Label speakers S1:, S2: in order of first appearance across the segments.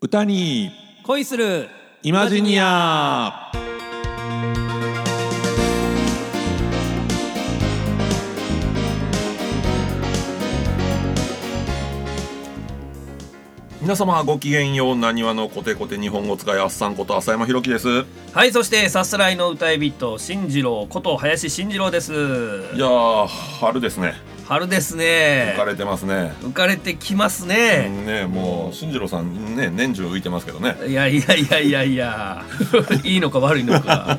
S1: 歌に
S2: 恋する
S1: イマジニア
S3: 皆様ごきげんようなにわのコテコテ日本語使いあっさんこと浅山ひろきですい
S2: はいそしてさすらいの歌い人進次郎こと林進次郎です
S3: やー春ですね
S2: 春ですね
S3: 浮かれてますね
S2: 浮かれてきますね、
S3: ねもう進次郎さんね年中浮いてますけどね
S2: いやいやいやいやい やいいのか悪いのか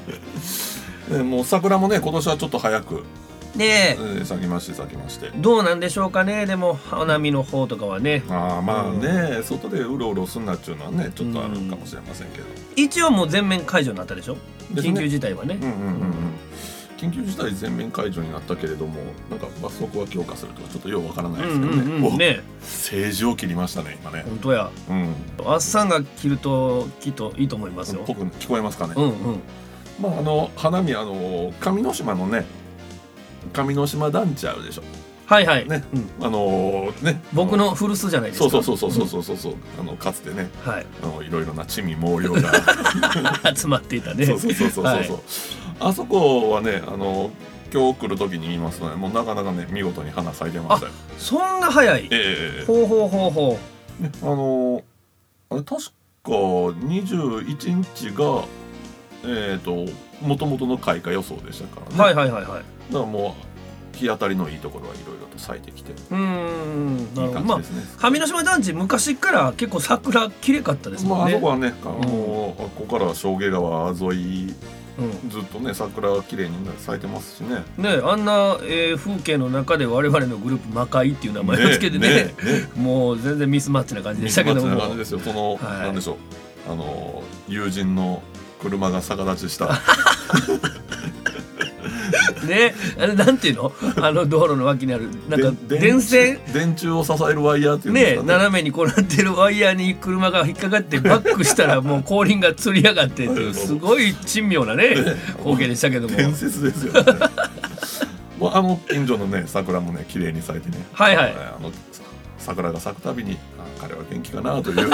S3: ねもう桜もね今年はちょっと早く、え
S2: ねえ
S3: ー咲きまして咲きまして
S2: どうなんでしょうかねでも花見の方とかはね
S3: ああまあね、外でうろうろすんなっちゅうのはねちょっとあるかもしれませんけど、
S2: 一応もう全面解除になったでしょ
S3: ですね
S2: 緊急事態はね、
S3: うんうんうんうん緊急事態全面解除になったけれどもなんか罰則は強化するとかちょっとようわからないですけどね,、
S2: うんうんうん
S3: お
S2: ね
S3: 政治を切りましたね今ね
S2: 本当や
S3: うん
S2: あっさんが着るときっといいと思いますよ、
S3: 僕聞こえますかね、
S2: うんうん
S3: まああの花見あの上之島のね上之島団地あるでしょ
S2: はいはい、
S3: ね
S2: うん、
S3: あのね
S2: 僕の古巣じゃないです
S3: そ
S2: か
S3: うそうそうそうそうそうそうそうあのかつてね
S2: はい
S3: あのいろいろな地味猛量が
S2: 集まってい たね
S3: そうそうそうそうそうそう、
S2: はい
S3: あそこはねあの今日来る時に言いますとねもうなかなかね見事に花咲いてましたよ
S2: そんな早い
S3: えええええ
S2: ほうほうほうほ
S3: えねあのあれ確か21日がえっ、と元々の開花予想でしたから
S2: う
S3: ね、
S2: はいはいはいはい
S3: だからもう日当たりのいいところはいろいろと咲いてきていいう
S2: ーんなるほどま
S3: 感じ
S2: あ
S3: ですね。
S2: 上島団地昔から結構桜綺麗かったです
S3: まあ
S2: もん
S3: あ
S2: ね、
S3: そこはね、あのあここからは正芸川沿い
S2: うん
S3: ずっとね桜が綺麗に咲いてますしね。
S2: ねあんな、えー風景の中で我々のグループ「魔界」っていう名前をつけてねもう全然ミスマッチな感じでしたけど
S3: な
S2: も
S3: 感じですよ。その、
S2: はい
S3: なんでしょうあの友人の車が逆 立ちした。
S2: ねあれなんていうのあの道路の脇にあるなんか
S3: で
S2: 電線
S3: 柱電柱を支えるワイヤーっていうんです
S2: ね
S3: かね。
S2: 斜めに転がってるワイヤーに車が引っかかってバックしたらもう後輪がつり上がってっていうすごい珍妙なね光景でしたけども
S3: 伝説ですよ、ね。 まああの近所のね桜もね綺麗に咲いてね。
S2: はいはい
S3: あの桜が咲くたびにあ彼は元気かなという。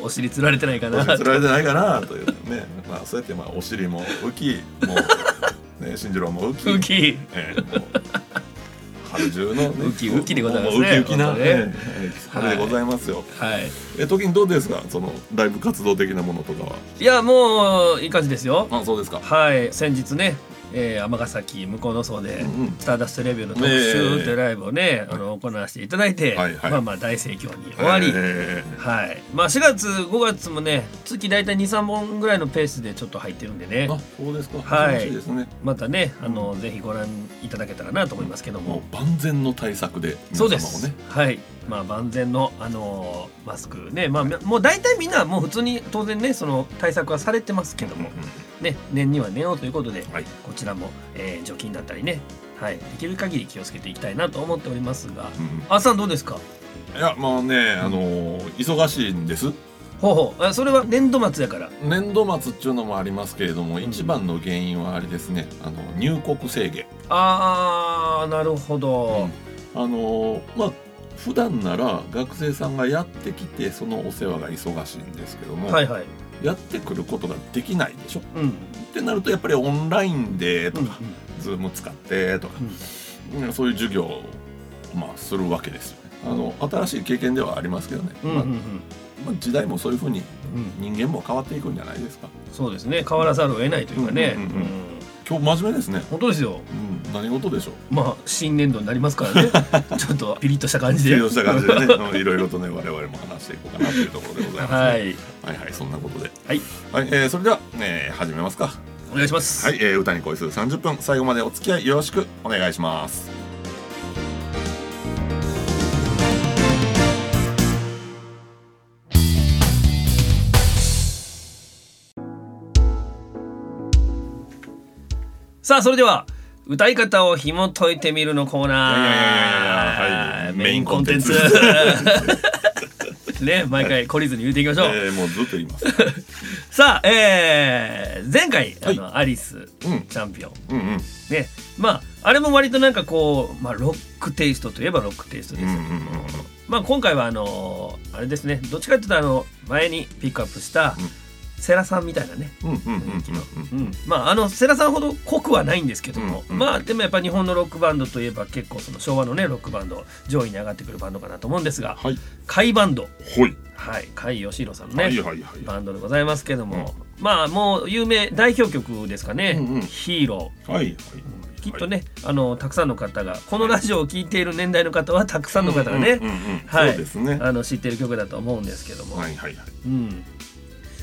S2: お尻つられてないか
S3: お
S2: な
S3: 尻つられてないかなという ね、まあ、そうやってまあお尻も浮きもう、ね、進次郎 も浮き
S2: ウキ
S3: ええもう春中の、ね、
S2: 浮き浮きでございますね
S3: もう浮き浮きな、
S2: 本当ね
S3: ええ春でございますよ、
S2: はい
S3: え時にどうですかそのライブ活動的なものとかはい
S2: やもういい感じですよ
S3: あそうですか
S2: はい先日ねえー尼、崎向こうの層で
S3: うんう
S2: 「
S3: ん
S2: スターダストレビュー」の特
S3: ね
S2: 集
S3: え
S2: でライブをね、あの行わせていただいて、
S3: はいはい
S2: まあまあ大盛況に終わり、
S3: え
S2: はいまあ4月5月もね月大体23本ぐらいのペースでちょっと入ってるんでね
S3: えあそうですか
S2: はい
S3: 楽しいですね
S2: またねあの、ぜひご覧いただけたらなと思いますけど
S3: も
S2: も、
S3: う万全の対策で皆様
S2: そう
S3: をね
S2: です、はいまあ万全のあのーマスクねまあもう大体みんなもう普通に当然ねその対策はされてますけど
S3: うんう
S2: も
S3: ん、
S2: ね念には念をということで
S3: はい
S2: こちらも、えー除菌だったりねはいできる限り気をつけていきたいなと思っておりますが
S3: うん
S2: あっさんどうですか
S3: いやまあねあのー忙しいんです
S2: ほうほうあそれは年度末やから
S3: 年度末っていうのもありますけれども、
S2: ん
S3: 一番の原因はあれですねあの入国制限、
S2: あーなるほど、
S3: あのまあ普段なら学生さんがやってきてそのお世話が忙しいんですけども、
S2: はいはい
S3: やってくることができないでしょっ
S2: うんうん
S3: てなるとやっぱりオンラインでと
S2: うん
S3: か、ズーム使ってとか、
S2: うん
S3: うんそういう授業を、まあ、するわけですよね。あの新しい経験ではありますけどね、
S2: うんう
S3: ま
S2: ん
S3: あまあ時代もそういうふうに
S2: うんうん
S3: 人間も変わっていくんじゃないですか
S2: そうですね変わらざるを得ないというかね、
S3: うんうんうん
S2: うん
S3: 今日真面目ですね、
S2: 本当ですよ
S3: うん、何事でしょう
S2: まあ新年度になりますから ねちょっとピリッとした感じで
S3: 提供した感じでねうんいろいろとね我々も話していこうかなというところでございます、ね、
S2: は、い
S3: はいはいそんなことで
S2: はい、
S3: はいえーそれでは、えー始めますか
S2: お願いします、
S3: はい、えー歌に恋する30分最後までお付き合いよろしくお願いします
S2: さあそれでは歌い方を紐解いてみるのコー
S3: いやい
S2: ナ
S3: やいやいやは
S2: ー
S3: い
S2: メインコンテンツ ね毎回懲りずに言っていきましょう、
S3: えーもうずっと言います
S2: さあえー、前回あの、アリスチ
S3: うん
S2: ャンピオン
S3: うんうん
S2: ねまああれも割となんかこう、まあ、ロックテイストといえばロックテイストです
S3: う
S2: よ
S3: ん
S2: ね、
S3: うんうん
S2: まあ、今回はあのーあれですねどっちかというとあの前にピックアップした
S3: うん
S2: 世良さんみたいなね、
S3: うんうんうんうん
S2: うんまああの世良さんほど濃くはないんですけども、
S3: うんうん
S2: まあでもやっぱ日本のロックバンドといえば結構その昭和のねロックバンド上位に上がってくるバンドかなと思うんですが
S3: はい
S2: 甲斐バンド
S3: ほい
S2: はい甲斐義弘さんのね、
S3: はいはいはい
S2: バンドでございますけども、まあもう有名代表曲ですかね「
S3: うんうん
S2: ヒーロー」
S3: はいはい
S2: きっとね、あのたくさんの方がこのラジオを聴いている年代の方はたくさんの方がね、
S3: うんうんうんうん
S2: はい
S3: そうですね
S2: あの知ってる曲だと思うんですけども、
S3: はいはいはい
S2: うん、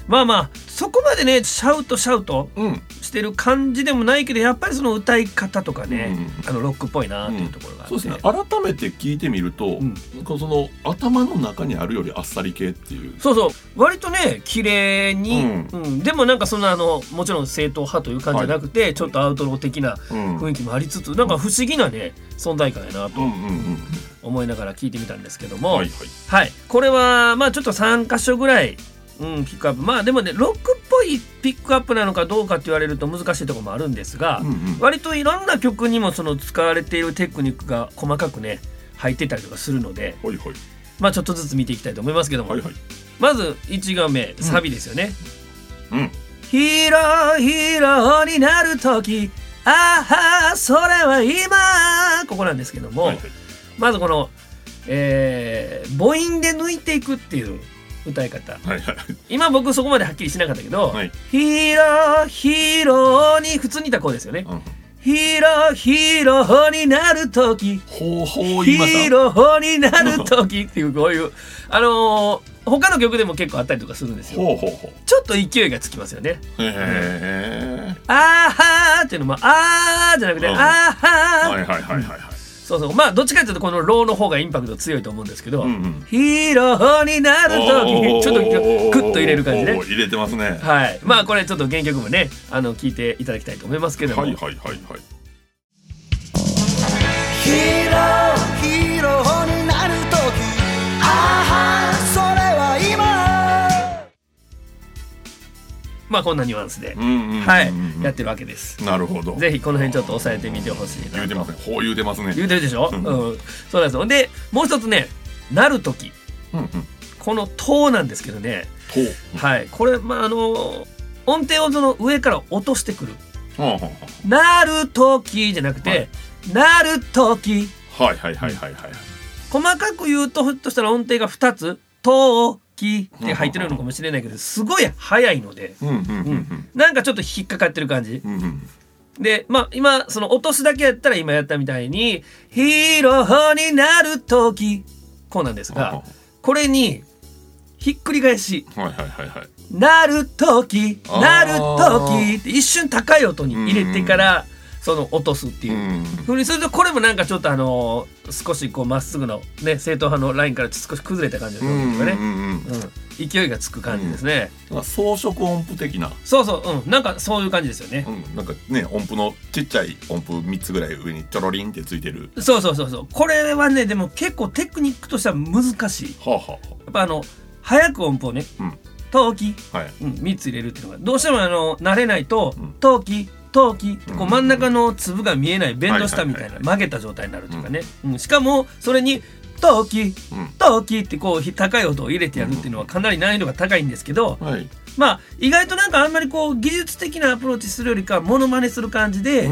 S2: まあまあそこまでねシャウトシャウト
S3: うん
S2: してる感じでもないけどやっぱりその歌い方とかね、
S3: うん
S2: あのロックっぽいなっていうところがあって、
S3: そうですね改めて聞いてみると
S2: うん
S3: なんかその頭の中にあるよりあっさり系っていう
S2: そうそう割とね綺麗に、う
S3: うん
S2: でもなんかそんなあのもちろん正統派という感じじゃなくて、ちょっとアウトロー的な
S3: うん
S2: 雰囲気もありつつなんか不思議なね存在感やなと
S3: うんうんうん
S2: 思いながら聞いてみたんですけども、
S3: はいはい
S2: はい、これはまあちょっと3箇所ぐらい、うん、ピックアップまあでもねロックっぽいピックアップなのかどうかって言われると難しいところもあるんですが、
S3: うんうん
S2: 割といろんな曲にもその使われているテクニックが細かくね入ってたりとかするので、
S3: はいはい
S2: まあ、ちょっとずつ見ていきたいと思いますけども、
S3: はいはい
S2: まず1画目サビですよね。
S3: うん
S2: ヒーローヒーローになる時ああそれは今ここなんですけども、
S3: はいはい
S2: まずこの、えー母音で抜いていくっていう歌い方
S3: はいはい
S2: 今僕そこまではっきりしなかったけど、
S3: はい
S2: ヒーローヒーローに普通にいたこうですよね、
S3: うん
S2: ヒーローヒーローになる時
S3: ほうほう
S2: ヒ
S3: 言いま
S2: ー
S3: した
S2: ローになる時っていうこう いうあのー他の曲でも結構あったりとかするんですよ
S3: ほうほうほ
S2: ちょっと勢いがつきますよね
S3: うへえ
S2: あーはーっていうのもあーじゃなくて、
S3: うん
S2: あーはー、
S3: はいはいはいはいはい
S2: そうそうまあどっちかというとこのローの方がインパクト強いと思うんですけど、
S3: うんうん
S2: ヒーローになると
S3: おー
S2: きちょっとクッと入れる感じ
S3: お
S2: ね
S3: ー入れてますね
S2: はいまあこれちょっと原曲もねあの聞いていただきたいと思いますけども、
S3: はいはいはいはい
S4: ヒーローヒーローになるときああそれは今
S2: まあこんなニュアンスで
S3: う、んうんうんうん
S2: はいやってるわけです
S3: なるほど
S2: ぜひこの辺ちょっと押さえてみてほしいなと
S3: 言うてますねほう言うてますね
S2: 言うてるでしょ、う
S3: うんん
S2: そうなんですよでもう一つね「なるとき
S3: うんうんと」
S2: この「と」なんですけどねはいこれまああの音程をその上から落としてくる
S3: はあはあは
S2: 「なるとき」じゃなくて「
S3: はい
S2: なるとき」
S3: あはいはいはいはいはい
S2: 細かく言うとふっとしたら音程が2つ「とき」って入ってるのかもしれないけどすごい速いので
S3: うんうんうん
S2: なんかちょっと引っかかってる感じ
S3: うんうんうん
S2: でまあ今その落とすだけやったら今やったみたいに「ヒーローになる時」こうなんです
S3: は
S2: がこれにひっくり返し
S3: あはいはいはいはい
S2: 「なる時
S3: あー
S2: なる時」って一瞬高い音に入れてからその落とすっていうう。
S3: ん
S2: ふうにするとこれもなんかちょっとあの少しこうまっすぐのね正統派のラインから少し崩れた感じの
S3: う
S2: 表現とか
S3: んうん
S2: ね、
S3: うん
S2: うん、勢いがつく感じですね、
S3: なんか装飾音符的な
S2: そうそううんなんかそういう感じですよね
S3: う、んなんかね音符のちっちゃい音符三つぐらい上にちょろりんってついてる
S2: そうそうそうそうこれはねでも結構テクニックとしては難しいや
S3: はあは
S2: っぱあの早く音符をね
S3: うん
S2: 「陶器、
S3: あはい
S2: うん、3つ入れるっていうのがどうしてもあの慣れないと
S3: うん
S2: 「陶器陶器」ってこう
S3: うん
S2: 真ん中の粒が見えないベンドしたみたい
S3: はい
S2: な
S3: はいはいは
S2: 曲
S3: い
S2: げた状態になるというかね、うん、しかもそれに「陶器」
S3: うん
S2: トーキーってこう高い音を入れてやるっていうのはかなり難易度が高いんですけど、
S3: はい
S2: まあ意外となんかあんまりこう技術的なアプローチするよりかはモノマネする感じで来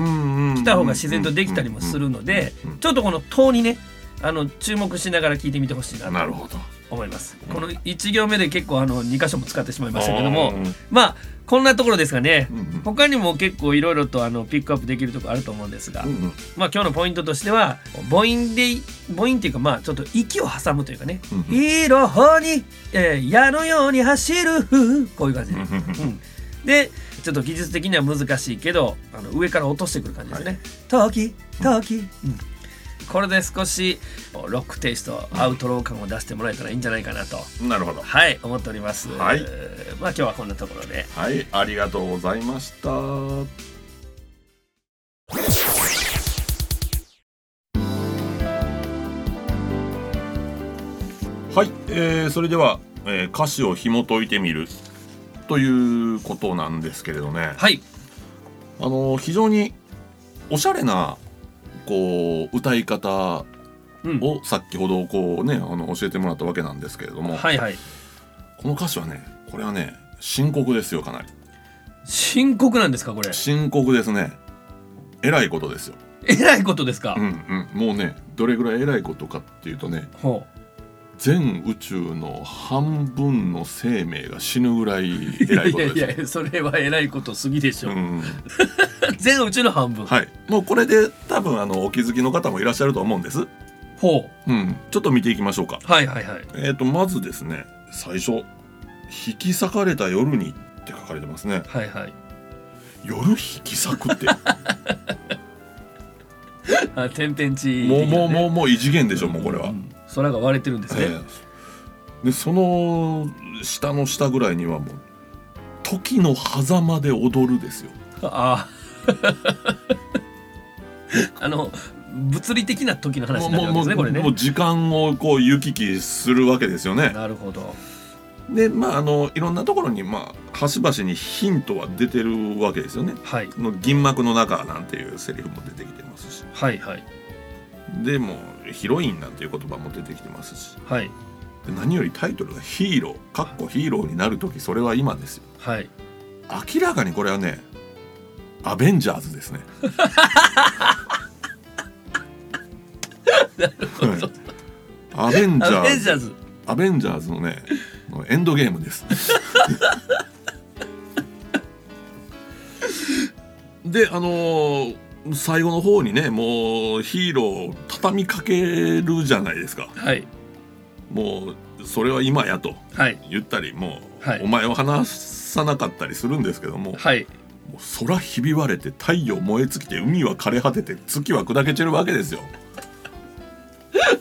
S3: 来
S2: た方が自然とできたりもするのでちょっとこの「トにねあの注目しながら聞いてみてほしいな
S3: なる
S2: と
S3: ほど
S2: 思います。この1行目で結構あの2箇所も使ってしまいましたけど
S3: う
S2: も
S3: ん
S2: まあこんなところですかね
S3: うんうん
S2: 他にも結構いろいろとあのピックアップできるところあると思うんですが、
S3: うんうん
S2: まあ、今日のポイントとしては母音で母音っていうかまあちょっと息を挟むというかね
S3: うんうん
S2: 「いろほに、えー矢のように走る」こういう感じで、
S3: うんうん
S2: うん、でちょっと技術的には難しいけどあの上から落としてくる感じですね「トキトキ」うんこれで少しロックテイストアウトロー感を出してもらえたらいいんじゃないかなと
S3: なるほど
S2: はい思っております、
S3: はい
S2: えーまあ今日はこんなところで
S3: はいありがとうございましたはい、えーそれでは、えー歌詞を紐解いてみるということなんですけれどね、
S2: はい
S3: あの非常におしゃれなこう歌い方
S2: うん
S3: を先ほどこうねあの教えてもらったわけなんですけれども、
S2: はいはい
S3: この歌詞はねこれはね深刻ですよかなり
S2: 深刻なんですかこれ
S3: 深刻ですねえらいことですよ、
S2: えらいことですか、
S3: うんうん、もうねどれぐらいえらいことかっていうとね
S2: ほう
S3: 全宇宙の半分の生命が死ぬぐらいえらい
S2: い
S3: こと
S2: や
S3: です
S2: い
S3: よ。
S2: やそれはえらいことすぎでしょ、
S3: う、
S2: うん全宇宙の半分、
S3: はい、もうこれで多分あのお気づきの方もいらっしゃると思うんです、
S2: ほ
S3: うん、ちょっと見ていきましょうか
S2: うはいはいはい
S3: えー、とまずですね最初「引き裂かれた夜に」って書かれてますね
S2: はいはい
S3: 夜引き裂くって
S2: あ天変地異
S3: もう
S2: 的な
S3: もう
S2: ね
S3: もうもう異次元でしょもうこれは、
S2: ん空が割れてるんですね、
S3: ええでその下の下ぐらいにはもう「時の狭間で踊る」ですよ
S2: あ ああの物理的な時の話になるわけ
S3: も
S2: で
S3: う
S2: すね
S3: も
S2: こ
S3: う
S2: れ
S3: もう
S2: ね
S3: 時間をこう行き来するわけですよね
S2: なるほど
S3: でまああのいろんなところにまあ端々にヒントは出てるわけですよね
S2: はい
S3: この銀幕の中なんていうセリフも出てきてますし
S2: はいはい
S3: でもうヒロインなんていう言葉も出てきてますし
S2: はい
S3: で何よりタイトルが「ヒーロー」かっこヒーローになる時それは今ですよ
S2: はい
S3: 明らかにこれはねアベンジャーズですねはいアベンジャ
S2: アベ
S3: ー
S2: ンジャー
S3: ズ
S2: ズ
S3: アベンジャーズのねエンドゲームです であのー最後の方にねもうヒーローを畳みかけるじゃないですか
S2: はい
S3: もうそれは今やと
S2: はい
S3: 言ったりもう、
S2: はい
S3: お前を話さなかったりするんですけども,、
S2: はい
S3: もう空ひび割れて太陽燃え尽きて海は枯れ果てて月は砕け散るわけですよ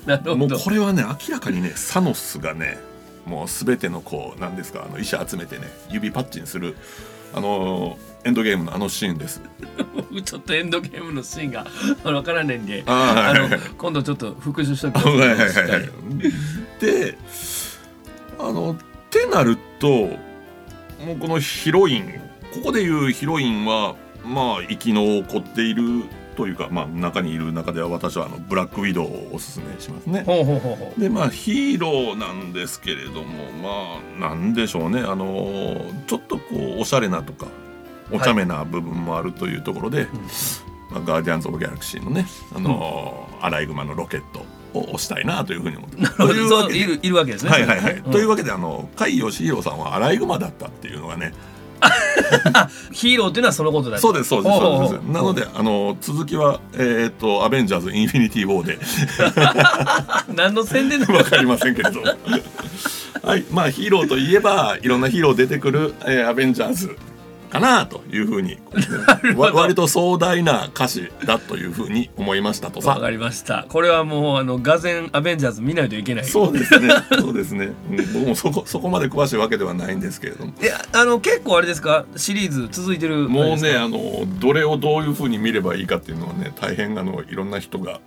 S2: なるほ
S3: もう
S2: ど
S3: これはね明らかにねサノスがねもう全てのこうなんですかあの石集めてね指パッチンするあのエンドゲームのあのシーンです
S2: 僕ちょっとエンドゲームのシーンが 分からないんで
S3: あ
S2: あ
S3: ーはいは
S2: の
S3: い
S2: 今度ちょっと復習しときます
S3: はいはいはいは
S2: しっ
S3: い
S2: か
S3: であのってなるともうこのヒロインここでいうヒロインはまあ生き残っているというか、まあ、中にいる中では私はあのブラックウィドウをおすすめしますね
S2: り。ほうほうほうほ
S3: でまあヒーローなんですけれどもまあなんでしょうねあのちょっとこうおしゃれなとかお茶目な部分もあるというところで、まあ、ガーディアンズ・オブ・ギャラクシーのねあの、アライグマのロケットを押したいなというふうに思ってます。
S2: う
S3: というわ
S2: そう
S3: け
S2: い
S3: で
S2: るいるわけですね
S3: はいはいはい、
S2: うん
S3: というわけであの甲斐義弘さんはアライグマだったっていうのがね
S2: ヒーローっていうのはそのことだ
S3: そうですそうです
S2: ほうほ
S3: そうで
S2: う
S3: すなのであの続きはえーっと「アベンジャーズ・インフィニティ・ウォー」で
S2: 何の宣伝だ
S3: わかりませんけれど。はい、まあヒーローといえばいろんなヒーロー出てくる、えーアベンジャーズかなというふ うに、
S2: ほ
S3: わ
S2: ど
S3: 割と壮大な歌詞だというふうに思いましたと
S2: わ
S3: さ
S2: かりましたこれはもうあの俄然アベンジャーズ見ないといけない
S3: そうですねそうですね、うん僕もそこそこまで詳しいわけではないんですけれども
S2: いやあの結構あれですかシリーズ続いてる
S3: もう
S2: あれです
S3: ね
S2: か
S3: あのどれをどういうふうに見ればいいかっていうのはね大変あのいろんな人が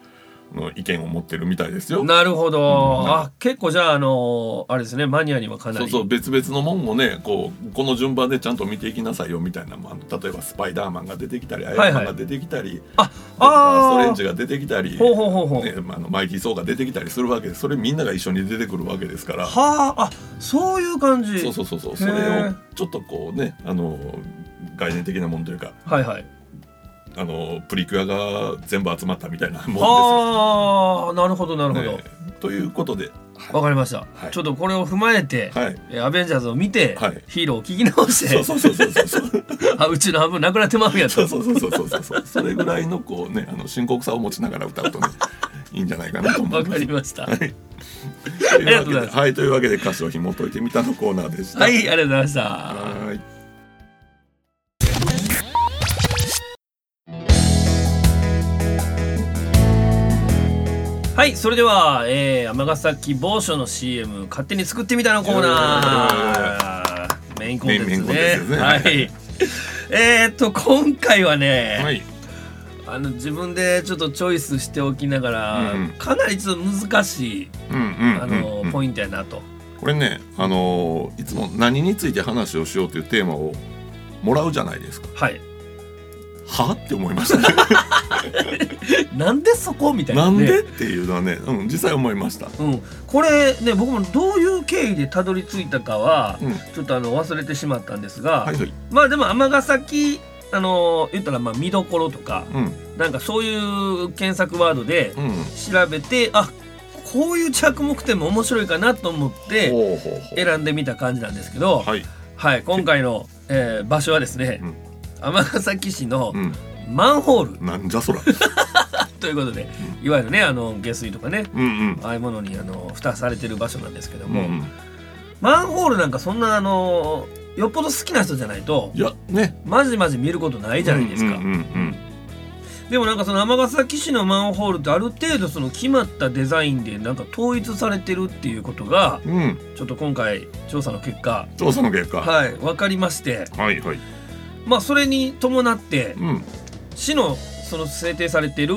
S3: あの意見を持ってるみたいですよ。
S2: なるほど、あ結構じゃああのあれですねマニアにはかなり
S3: そうそう別々のもんをねこうこの順番でちゃんと見ていきなさいよみたいなもんあの例えばスパイダーマンが出てきたりアイ
S2: いはい
S3: アンマンが出てきたり、
S2: あ
S3: ドクターストレ
S2: あ
S3: ンジ
S2: ー
S3: が出てきたり
S2: ほうほうほうほう、
S3: ねまあ、あのマイティー・ソーが出てきたりするわけでそれみんなが一緒に出てくるわけですから
S2: はああそういう感じ
S3: そうそうそうそう
S2: へー
S3: それをちょっとこうねあの概念的なもんというか
S2: はいはい
S3: あのプリキュアが全部集まったみたいなもん
S2: ああなるほどなるほ
S3: です
S2: ど
S3: よ。
S2: わ、
S3: ねということで
S2: かりました、
S3: はい
S2: ちょっとこれを踏まえて、
S3: はい
S2: えアベンジャーズを見て、
S3: はい
S2: ヒーローを聞き直して
S3: そうそうそうそうそうそう
S2: あうちの半分なくなってまうや
S3: そう
S2: と
S3: そうそうそうそうそうそれぐらいのこうねあの深刻さを持ちながら歌 うとねいいんじゃないかなと思
S2: わ
S3: い
S2: か
S3: ます
S2: り。ましたはい
S3: というわ
S2: あ
S3: けで
S2: りがとうございます
S3: はいというわけで歌詞を紐解いてみたのコーナーでした。
S2: ありがとうございました、
S3: はい
S2: はい、それでは、えー、尼崎某所の CM 勝手に作ってみたのコーナーメインコンテンツ
S3: メインコンテ
S2: ね
S3: ンツですね
S2: は
S3: はい
S2: えー、っと今回はね、
S3: はい
S2: あの自分でちょっとチョイスしておきながら、
S3: うんうん
S2: かなりちょっと難しい
S3: うんうん
S2: あの、
S3: うんうん
S2: ポイントやなと
S3: これねあのーいつも何について話をしようというテーマをもらうじゃないですか
S2: はい
S3: はって思いましたね
S2: なんでそこみたい
S3: な
S2: な、ね、
S3: んでっていうのはね、うん、実際思いました。
S2: うん、これね僕もどういう経緯でたどり着いたかは、
S3: うん
S2: ちょっとあの忘れてしまったんですが、
S3: はいはい。
S2: まあでも尼崎あの言ったらまあ見どころとか
S3: うん
S2: なんかそういう検索ワードで
S3: うん。
S2: 調べて、あこういう着目点も面白いかなと思って
S3: ほうほうほ
S2: 選んでみた感じなんですけど、
S3: う。
S2: はい、
S3: はい。
S2: 今回の、えー場所はですね
S3: うん
S2: 尼、崎市の
S3: うん。
S2: マンホール
S3: なんじゃそら。
S2: ということで、いわゆるねあの下水とかね
S3: うんうん。
S2: ああいうものにあの蓋されてる場所なんですけど
S3: うんう
S2: も、
S3: ん。
S2: マンホールなんかそんなあのよっぽど好きな人じゃないと
S3: いやね。
S2: まじまじ見ることないじゃないですか、
S3: うんうんうん
S2: でもなんかその尼崎市のマンホールってある程度その決まったデザインでなんか統一されてるっていうことが
S3: うん。うん。
S2: ちょっと今回調査の結果
S3: 調査の結果。
S2: はい分かりまして
S3: はいはい。
S2: まあそれに伴って
S3: うん。
S2: 市のその制定されてる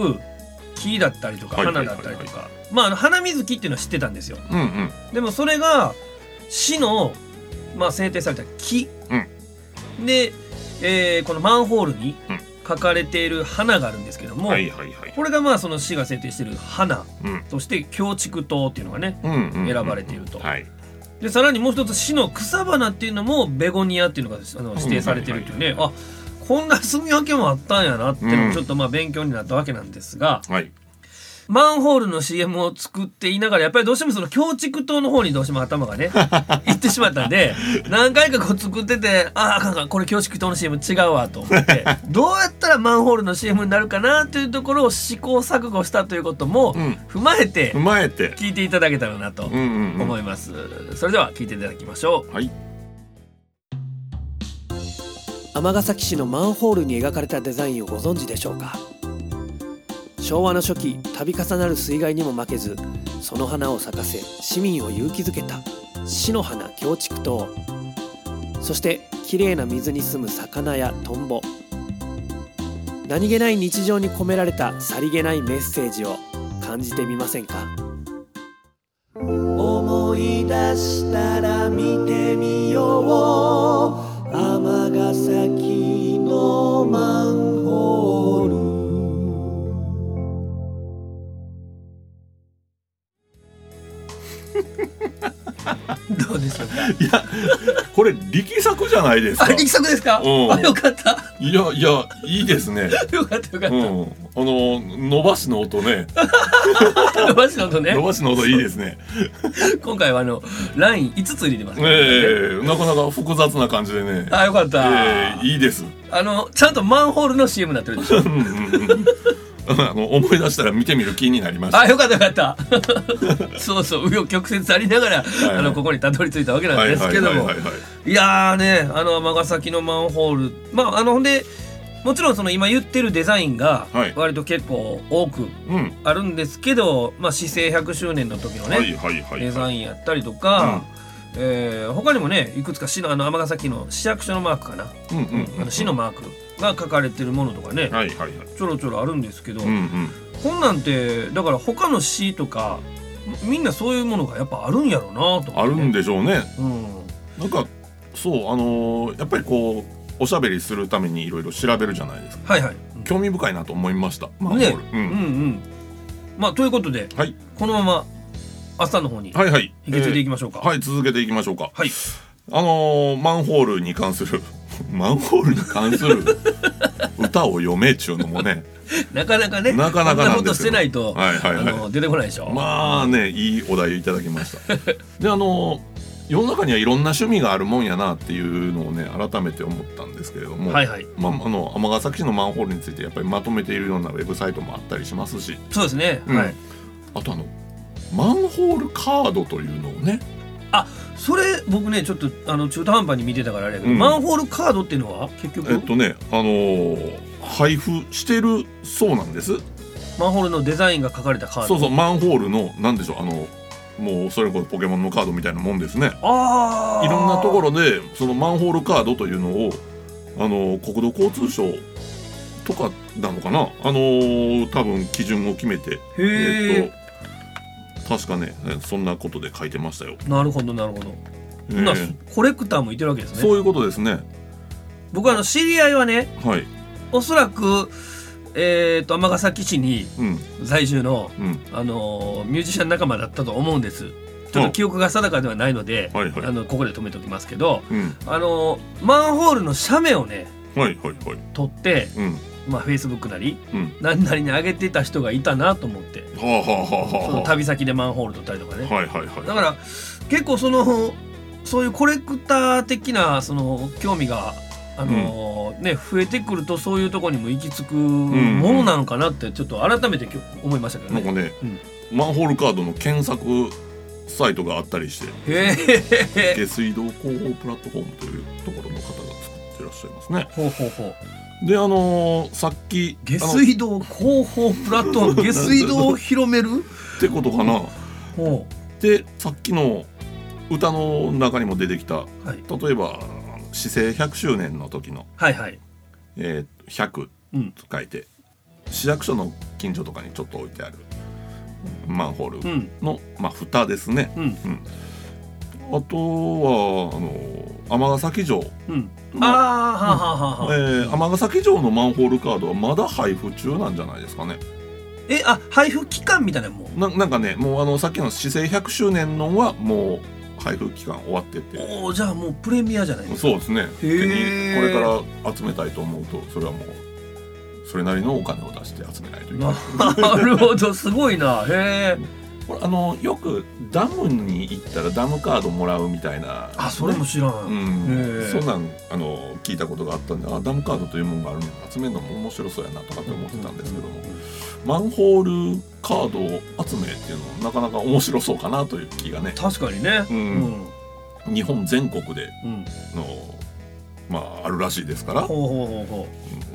S2: 木だったりとか
S3: はいはい
S2: 花
S3: はいは
S2: だ
S3: い
S2: ったりとかまああの花水木っていうのは知ってたんですよ
S3: うんうん。
S2: でもそれが市の、まあ、制定された木、で、えーこのマンホールに
S3: うん
S2: 書かれている花があるんですけども、
S3: はいはいはい。
S2: これがまあその市が制定している花
S3: うん。
S2: そして京畜島っていうのがね
S3: うんうんうんうん。
S2: 選ばれていると
S3: はい。
S2: でさらにもう一つ市の草花っていうのもベゴニアっていうのがあの指定されているというね、
S3: うんは
S2: あこんな住み分けもあったんやなっていうの
S3: う
S2: も
S3: ん
S2: ちょっとまあ勉強になったわけなんですが、
S3: はい。
S2: マンホールの CM を作っていながらやっぱりどうしてもその強畜島の方にどうしても頭がね行ってしまったんで何回かこう作っててあーあかんあかんこれ強畜島の CM 違うわと思ってどうやったらマンホールの CM になるかなというところを試行錯誤したということも
S3: うん
S2: 踏まえて
S3: 踏まえて。
S2: 聞いていただけたらなと
S3: うんうんうん。
S2: 思います、それでは聞いていただきましょう
S3: はい。
S5: 尼崎市のマンホールに描かれたデザインをご存知でしょうか昭和の初期度重なる水害にも負けずその花を咲かせ市民を勇気づけた市の花京畜島そして綺麗な水に住む魚やトンボ何気ない日常に込められたさりげないメッセージを感じてみませんか
S4: 思い出したら見てみよう尼崎のマンホール
S2: どうでしょうか
S3: いや、これ力作じゃないです
S2: あ
S3: か。
S2: 力作ですか
S3: うん
S2: あよかった
S3: いやいや、いいですね。
S2: よかったよか
S3: う
S2: っ
S3: ん。あの、伸ばしの音ね。
S2: た、伸ばしのとね
S3: 伸ばしの音いいですね。
S2: 今回はあのライン5つ入れてます、
S3: ええなかなか複雑な感じでね。
S2: あよかった、
S3: ええいいです。
S2: あのちゃんとマンホールの CM になってるでしょ
S3: うんうんうんあの思い出したら見てみる気になりました。
S2: あよかったよかった そうそう紆余曲折ありながら、
S3: い
S2: あのここにたどり着いたわけなんですけども
S3: はいはいはいはいはい
S2: いやーねあの尼崎のマンホールまああのほんでもちろんその今言ってるデザインが
S3: はい
S2: 割と結構多く
S3: うん。
S2: あるんですけど、まあ市政100周年の時のね、
S3: はいはいはい。
S2: デザインやったりとか、えー他にもねいくつか市のあの尼崎の市役所のマークかな、
S3: うんうんうん。
S2: あの市のマークが書かれてるものとかね、
S3: はいはいはい。
S2: ちょろちょろあるんですけど、
S3: うんうん。
S2: こんなんてだから他の市とかみんなそういうものがやっぱあるんやろうなと
S3: あ
S2: 思
S3: る
S2: ってね、
S3: んでしょうね。
S2: うん
S3: なんかそうあのーやっぱりこうおしゃべりするためにいろいろ調べるじゃないですか。
S2: はいはい、
S3: 興味深いなと思いました。マンホ
S2: ね
S3: ール。う
S2: うん
S3: ん。
S2: うんまあということで
S3: はい
S2: このまま朝の方に
S3: はいはい。
S2: 引き継いでいき
S3: ま
S2: ましょうか、
S3: はい続けていきましょうか。
S2: はい
S3: あのーマンホールに関する マンホールに関する歌を読めっちゅうの もね。
S2: なかなかね
S3: なかなか
S2: こんな
S3: な
S2: こ
S3: んで
S2: と
S3: す
S2: し
S3: よ
S2: てないと、
S3: はいはいはい
S2: あの出てこないでしょ、
S3: まあねいいお題をいただきましたであの世の中にはいろんな趣味があるもんやなっていうのをね改めて思ったんですけれども、
S2: はいはい
S3: まあ、あの尼崎市のマンホールについてやっぱりまとめているようなウェブサイトもあったりしますし、
S2: そうですね、
S3: うん
S2: はい
S3: あとあのマンホールカードというのをね
S2: それ僕ねちょっとあの中途半端に見てたからあれやけど、
S3: うん
S2: マンホールカードっていうのは結局、
S3: えっとねあのー配布してるそうなんです
S2: マンホールのデザインが書かれたカード
S3: そうそうマンホールのなんでしょうあのもうそれこそポケモンのカードみたいなもんですね
S2: ああ
S3: いろんなところでそのマンホールカードというのをあの国土交通省とかなのかなあの多分基準を決めて
S2: へえ、
S3: っと確かねえそんなことで書いてましたよ、
S2: なるほどなるほど、
S3: え
S2: ほんなら
S3: ー
S2: コレクターもいてるわけですね
S3: そういうことですね
S2: 僕あの知り合いはね
S3: はい
S2: おそらく、ええー、と尼崎市に
S3: うん
S2: 在住の、
S3: うん
S2: あのーミュージシャン仲間だったと思うんですちょっと記憶が定かではないので、
S3: はいはい
S2: あのここで止めておきますけど、
S3: うん
S2: あのーマンホールの写メをね
S3: はいはいはい
S2: 撮って、
S3: うん
S2: まあ、Facebook なり
S3: うん
S2: 何なりに上げてた人がいたなと思って
S3: はあはあはあ
S2: そ
S3: は
S2: の
S3: あは
S2: 旅先でマンホール撮ったりとかね、
S3: いはいはい
S2: だから結構そのそういうコレクター的なその興味があの、ね増えてくるとそういうところにも行き着くものなのかなってちょっと改めて今日思いましたけど
S3: なん
S2: ね。
S3: かね、
S2: うん
S3: マンホールカードの検索サイトがあったりして
S2: へえ。
S3: 下水道広報プラットフォームというところの方が作ってらっしゃいますね
S2: ほうほうほう。
S3: であのーさっき
S2: 下
S3: あのっ
S2: 水道広報プラットフォー ム下水道を広める。
S3: てことかな
S2: ほ
S3: でさっきの歌の中にも出てきた
S2: う。はい
S3: 例えば市政100周年の時の
S2: はいはい。
S3: 「えー100」
S2: うん
S3: と書いて、市役所の近所とかにちょっと置いてあるマンホー
S2: う
S3: ル
S2: ん
S3: の、まあ蓋ですね
S2: うん
S3: あとはあの尼崎城
S2: うん。あ
S3: の
S2: あはあはあはあ。
S3: えー尼崎城のマンホールカードはまだ配布中なんじゃないですかね
S2: えあ配布期間みたいなのもん。
S3: ななんかねもうあのさっきの市政100周年のはもう配布期間終わってて
S2: おおじゃあもうプレミアじゃないですか。
S3: そうですね手に
S2: へー
S3: これから集めたいと思うとそれはもうそれなりのお金を出して集めないといけな
S2: な
S3: い
S2: るほどすごいな。へえ。
S3: これあのよくダムに行ったらダムカードもらうみたいな
S2: あそれも知らん。
S3: うん
S2: へえ
S3: そんなんあの聞いたことがあったんであダムカードというものがあるね集めるのも面白そうやなとかって思ってたんですけども、マンホールカード集めっていうのもなかなか面白そうかなという気がね
S2: 確かにね。
S3: う
S2: うんん。
S3: 日本全国で
S2: うん。
S3: のまああるらしいですから、うん
S2: ほうほうほうほ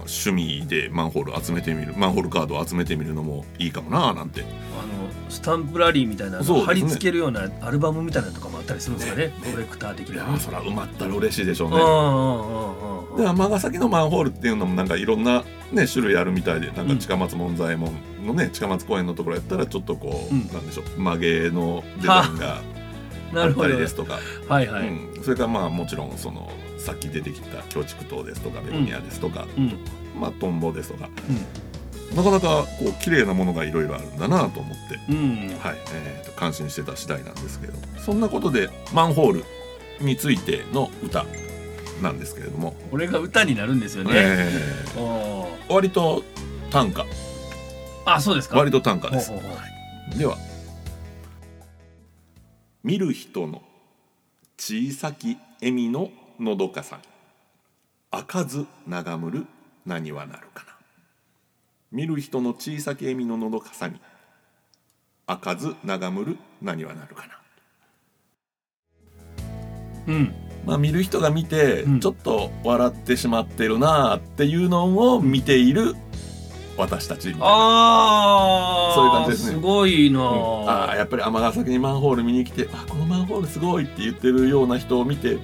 S3: 趣味でマンホール集めてみるマンホールカードを集めてみるのもいいかもななんて
S2: う。あのスタンプラリーみたいな、
S3: そうですね
S2: 貼り付けるようなアルバムみたいなのとかもあったりするんですかね。コレクター的
S3: いや
S2: な
S3: ー
S2: ね。
S3: そら埋まったら嬉しいでしょう
S2: うん
S3: ね。
S2: うんうんうん
S3: で尼崎のマンホールっていうのもなんかいろんな、ね、種類あるみたいでなんか近松門左衛門のね近松公園のところやったらちょっとこう、
S2: うん
S3: なんでしょう曲げのデザインが
S2: な
S3: あ
S2: る
S3: っ
S2: ほ
S3: たり
S2: ど。
S3: ですと か、
S2: はいはい。うん。
S3: うん、それからまあもちろんそのさっき出てきた京畜島ですとかベルニアですとか、まあトンボですとかなかなかこう綺麗なものがいろいろあるんだなと思って、
S2: うん。
S3: はいえーと感心してた次第なんですけれどもそんなことでマンホールについての歌なんですけれども、
S2: これが歌になるんですよね。
S3: えー
S2: おー
S3: 割と短歌
S2: あそうですか。
S3: 割と短歌です
S2: ほうほうほう
S3: では見る人の小さき笑みののどかさに開かず眺むる何はなるかな見る人の小さき笑みののどかさに開かず眺むる何はなるかな
S2: うん。
S3: まあ見る人が見て
S2: うん
S3: ちょっと笑ってしまってるなあっていうのを見ている私たちみたいな
S2: ああ。
S3: そういう感じですね
S2: すごいな
S3: うんああ
S2: ー。
S3: やっぱり尼崎にマンホール見に来て「あこのマンホールすごい」って言ってるような人を見て「ね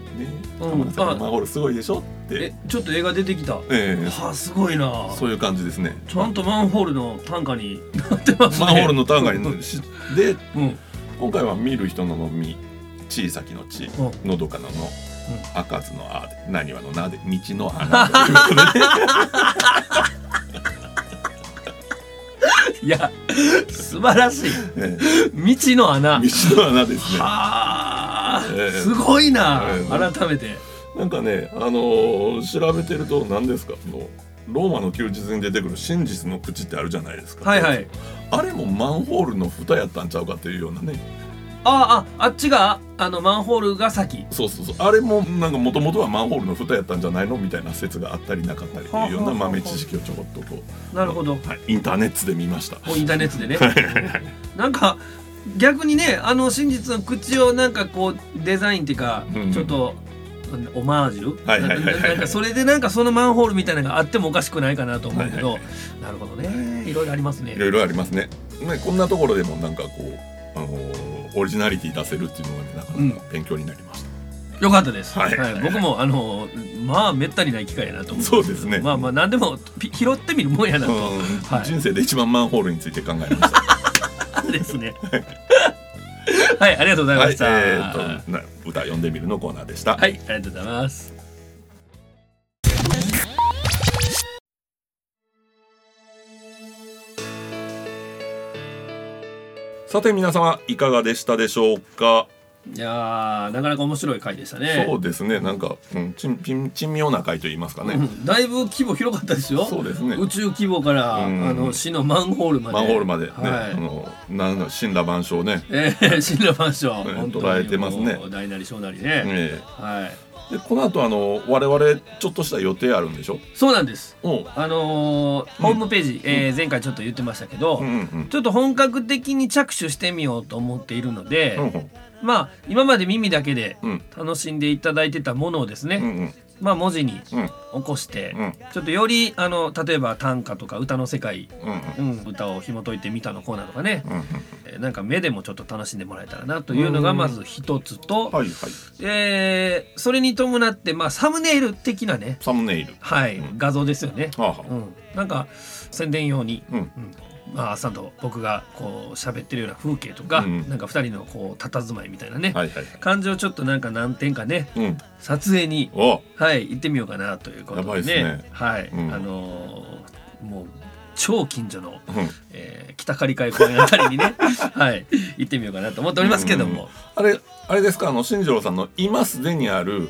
S2: うん
S3: 尼崎のマンホールすごいでしょ」って
S2: え、ちょっと映画出てきた。は
S3: ええ
S2: あすごいなー。
S3: そういう感じですね。
S2: ちゃんとマンホールの単価になってますね。
S3: マンホールの単価にしで
S2: うん。
S3: 今回は見る人ののみ小さきのち
S2: う
S3: のどかなの
S2: ん
S3: 開かずのあでなにわのなで道の穴ということでね
S2: いや、素晴らしい。
S3: え
S2: 未知の穴。
S3: え
S2: は
S3: 道の穴ですね。
S2: あ、
S3: ええ
S2: すごいな
S3: え。え
S2: 改めて。
S3: なんかねあのー調べてると何ですかあのローマの休日に出てくる真実の口ってあるじゃないですか。
S2: はいはい。
S3: あれもマンホールの蓋やったんちゃうかっていうようなね
S2: ああ、あっちが、あのマンホールが先。
S3: そうそうそうあれもなんかもともとはマンホールの蓋やったんじゃないのみたいな説があったりなかったりという
S2: はあ
S3: ような
S2: はあはあ
S3: 豆知識をちょこっとこ
S2: なるほど。
S3: う、はい、インターネットで見ました
S2: もうインターネットでね。なんか。逆にね、あの真実の口をなんかこうデザインっていうか、
S3: うん
S2: ちょっと。オマージュ、
S3: はいはいはいはい
S2: ななんかそれでなんかそのマンホールみたいなのがあってもおかしくないかなと思うけど、
S3: はい
S2: なるほどねいろいろありますね
S3: いろいろありますねねこんなところでもなんかこう、あのーオリジナリティ出せるっていうのがねなかなか勉強になりました、
S2: よかったです。は、
S3: はいい
S2: 僕もあのまあめったにない機会やなと思う。
S3: そうですね
S2: まあまあ何でもピ拾ってみるもんやな
S3: う
S2: と。
S3: ん
S2: はい
S3: 人生で一番マンホールについて考えました。
S2: ですね。はい、ありがとうございま
S3: はい、え
S2: した。
S3: ー、と、な歌読んでみるのコーナーでした。
S2: はい、ありがとうございます。
S3: さて皆様いかがでしたでしょうか、
S2: いやーなかなか面白い回でしたね
S3: そうですねなんか、うん、ちんピン珍妙な回と言いますかね、
S2: うんだいぶ規模広かったですよ
S3: そうですね
S2: 宇宙規模からあ
S3: うん
S2: の市のマンホールまで
S3: マンホールまでね、
S2: はい
S3: あのなんだ神羅万象ね、
S2: えー、 新羅万象、
S3: ね
S2: 本当に
S3: 捉えてますね
S2: もう大なり小なりね、
S3: え
S2: はい
S3: えでこの後あの我々ちょっとした予定あるんでしょ
S2: そうなんです
S3: おう
S2: あのーホームページ、えー前回ちょっと言ってましたけど、
S3: うんうん
S2: ちょっと本格的に着手してみようと思っているので、
S3: うんうん
S2: まあ今まで耳だけで
S3: うん
S2: 楽しんでいただいてたものをですね、
S3: うんうん
S2: まあ文字に
S3: うん
S2: 起こして、
S3: うん
S2: ちょっとよりあの例えば短歌とか歌の世界、
S3: うんう
S2: う
S3: ん
S2: ん、歌を紐解いてみたのコーナーとかね、
S3: うん
S2: えーなんか目でもちょっと楽しんでもらえたらなというのがまず一つと、
S3: はいはい
S2: えーそれに伴って、まあ、サムネイル的なね、
S3: サムネイル
S2: はい
S3: うん
S2: 画像ですよね、
S3: はあは
S2: う
S3: あ
S2: ん、なんか宣伝用に、
S3: うん
S2: うんまあ、朝と僕がこう喋ってるような風景とか、
S3: うん
S2: なんか2人のこう佇まいみたいなね、
S3: はいはいはい
S2: 感じをちょっとなんか何点かね
S3: うん
S2: 撮影に、
S3: おう
S2: はい、行ってみようかなということで
S3: やばいっすね
S2: はい
S3: うん
S2: あのーもう超近所の、
S3: うん
S2: えー北刈り会公園あたりにね、 はい、行ってみようかなと思っておりますけども、
S3: あれあれですかあの新次郎さんの今すでにある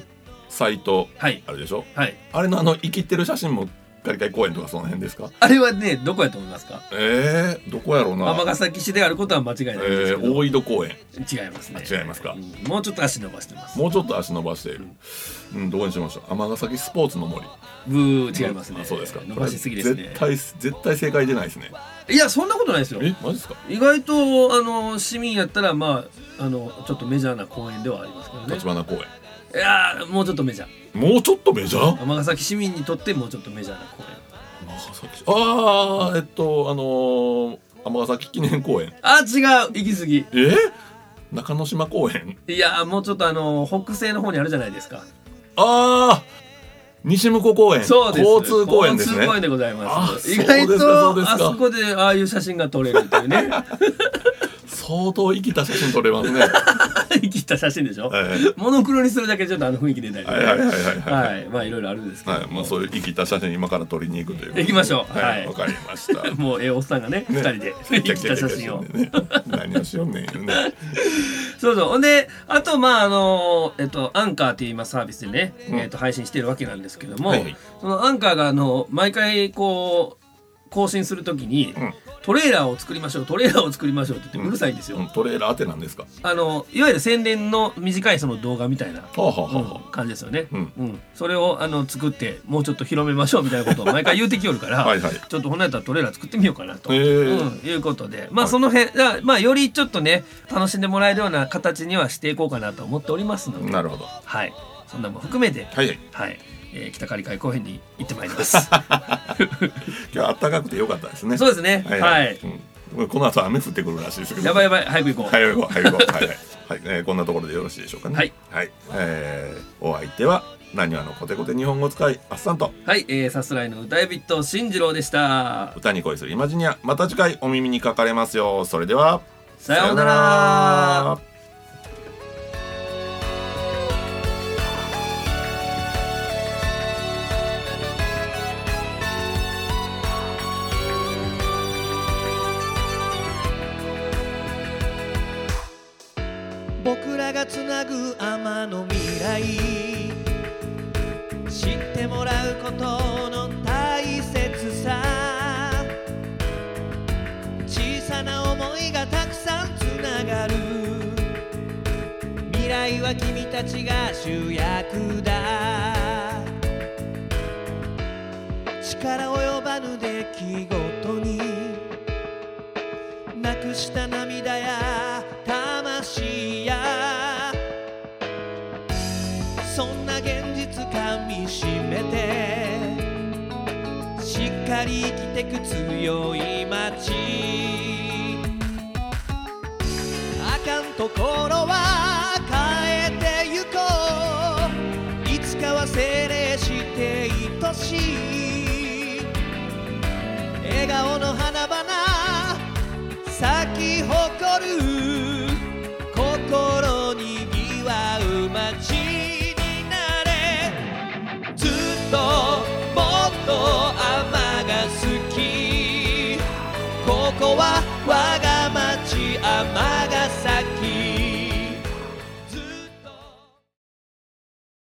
S3: サイト
S2: はい
S3: あるでしょ
S2: はい、
S3: あれのあの生きてる写真もカリカリ公園とかその辺ですか
S2: あれはねどこやと思いますか
S3: えー、どこやろうな
S2: 尼崎市であることは間違いないんです
S3: え
S2: け
S3: ー、
S2: ど、
S3: 大井戸公園
S2: 違いますね
S3: あ違いますか
S2: うんもうちょっと足伸ばしてます
S3: もうちょっと足伸ばしている。うん、どこにしましょう。尼崎スポーツの森。
S2: ブー違いますね
S3: あそうですか。
S2: 伸ばしすぎですね
S3: これ絶対、絶対正解出ないですね。
S2: いやそんなことないですよ
S3: え、マジですか。
S2: 意外とあの市民やったらまああのちょっとメジャーな公園ではありますけどね
S3: 立花公園。
S2: いやーもうちょっとメジャー
S3: もうちょっとメジャー。
S2: 尼崎市民にとってもうちょっとメジャーな公園
S3: 尼崎。ああ、えっと、あのー、尼崎記念公園。
S2: あ違う行き過ぎ
S3: え中之島公園。
S2: いやーもうちょっとあの北西の方にあるじゃないですか
S3: ああ。西向こう公園。
S2: そうです
S3: 交通公園です
S2: 交通
S3: ね
S2: 公。園でございます
S3: あ
S2: 意外
S3: そう
S2: と
S3: ですかそうですか
S2: あそこでああいう写真が撮れるって いうね
S3: 相当生きた写真撮れますね。
S2: 生きた写真でしょ、
S3: はい
S2: モノクロにするだけでちょっとあの雰囲気出たりね
S3: はいはいはいはいはい
S2: はいまあいろいろあるんですけど、
S3: はい、まあ、そういう生きた写真今から撮りに行くということで。
S2: 行きましょう
S3: は
S2: はい
S3: い、わかりました。
S2: もうええおっさんがね二人で生きた写真を。
S3: ね何をしようねんよね。
S2: そうそうほんであとまああのえっとアンカーっていう今サービスでね、
S3: うん
S2: えっと、配信してるわけなんですけども、
S3: はいはい
S2: そのアンカーがあの毎回こう更新するときに、
S3: うん
S2: トレーラーを作りましょうトレーラーを作りましょうって言ってうるさいんですよ、
S3: うんトレーラーってなんですか。
S2: あのいわゆる宣伝の短いその動画みたいな
S3: はあ、はあはあは
S2: 感じですよね、
S3: うん
S2: それをあの作ってもうちょっと広めましょうみたいなことを 毎回言うてきよるから
S3: はいはい
S2: ちょっとほんなやったらトレーラー作ってみようかなと、
S3: へー
S2: うん、いうことでまあその辺、だからまあよりちょっとね楽しんでもらえるような形にはしていこうかなと思っておりますの
S3: あ。
S2: で、
S3: なるほど。
S2: はい、そんなもん含めて、
S3: はいはい。
S2: はいえー北狩り会後編に行ってまいります
S3: 今日暖かくて良かったですね。
S2: そうですねはい、
S3: うんこの後雨降ってくるらしいですけど。
S2: やばいやばい早く行こう、
S3: はいはいはいはいはいはい。はい、えーこんなところでよろしいでしょうかね。
S2: はい。
S3: えーお相手は何わのコテコテ日本語使いあっさんと
S2: はいえーさすらいの歌い人進次郎でした
S3: 歌に恋するイマジニアまた次回お耳にかかれますよ。それでは
S2: さようなら。
S4: 僕らがつなぐ天の未来知ってもらうことの大切さ小さな思いがたくさんつながる未来は君たちが主役だ力及ばぬ出来事になくした涙や魂やそんな現実かみしめてしっかり生きてく強い街あかんところは変えてゆこういつかは精霊して愛しい笑顔の花々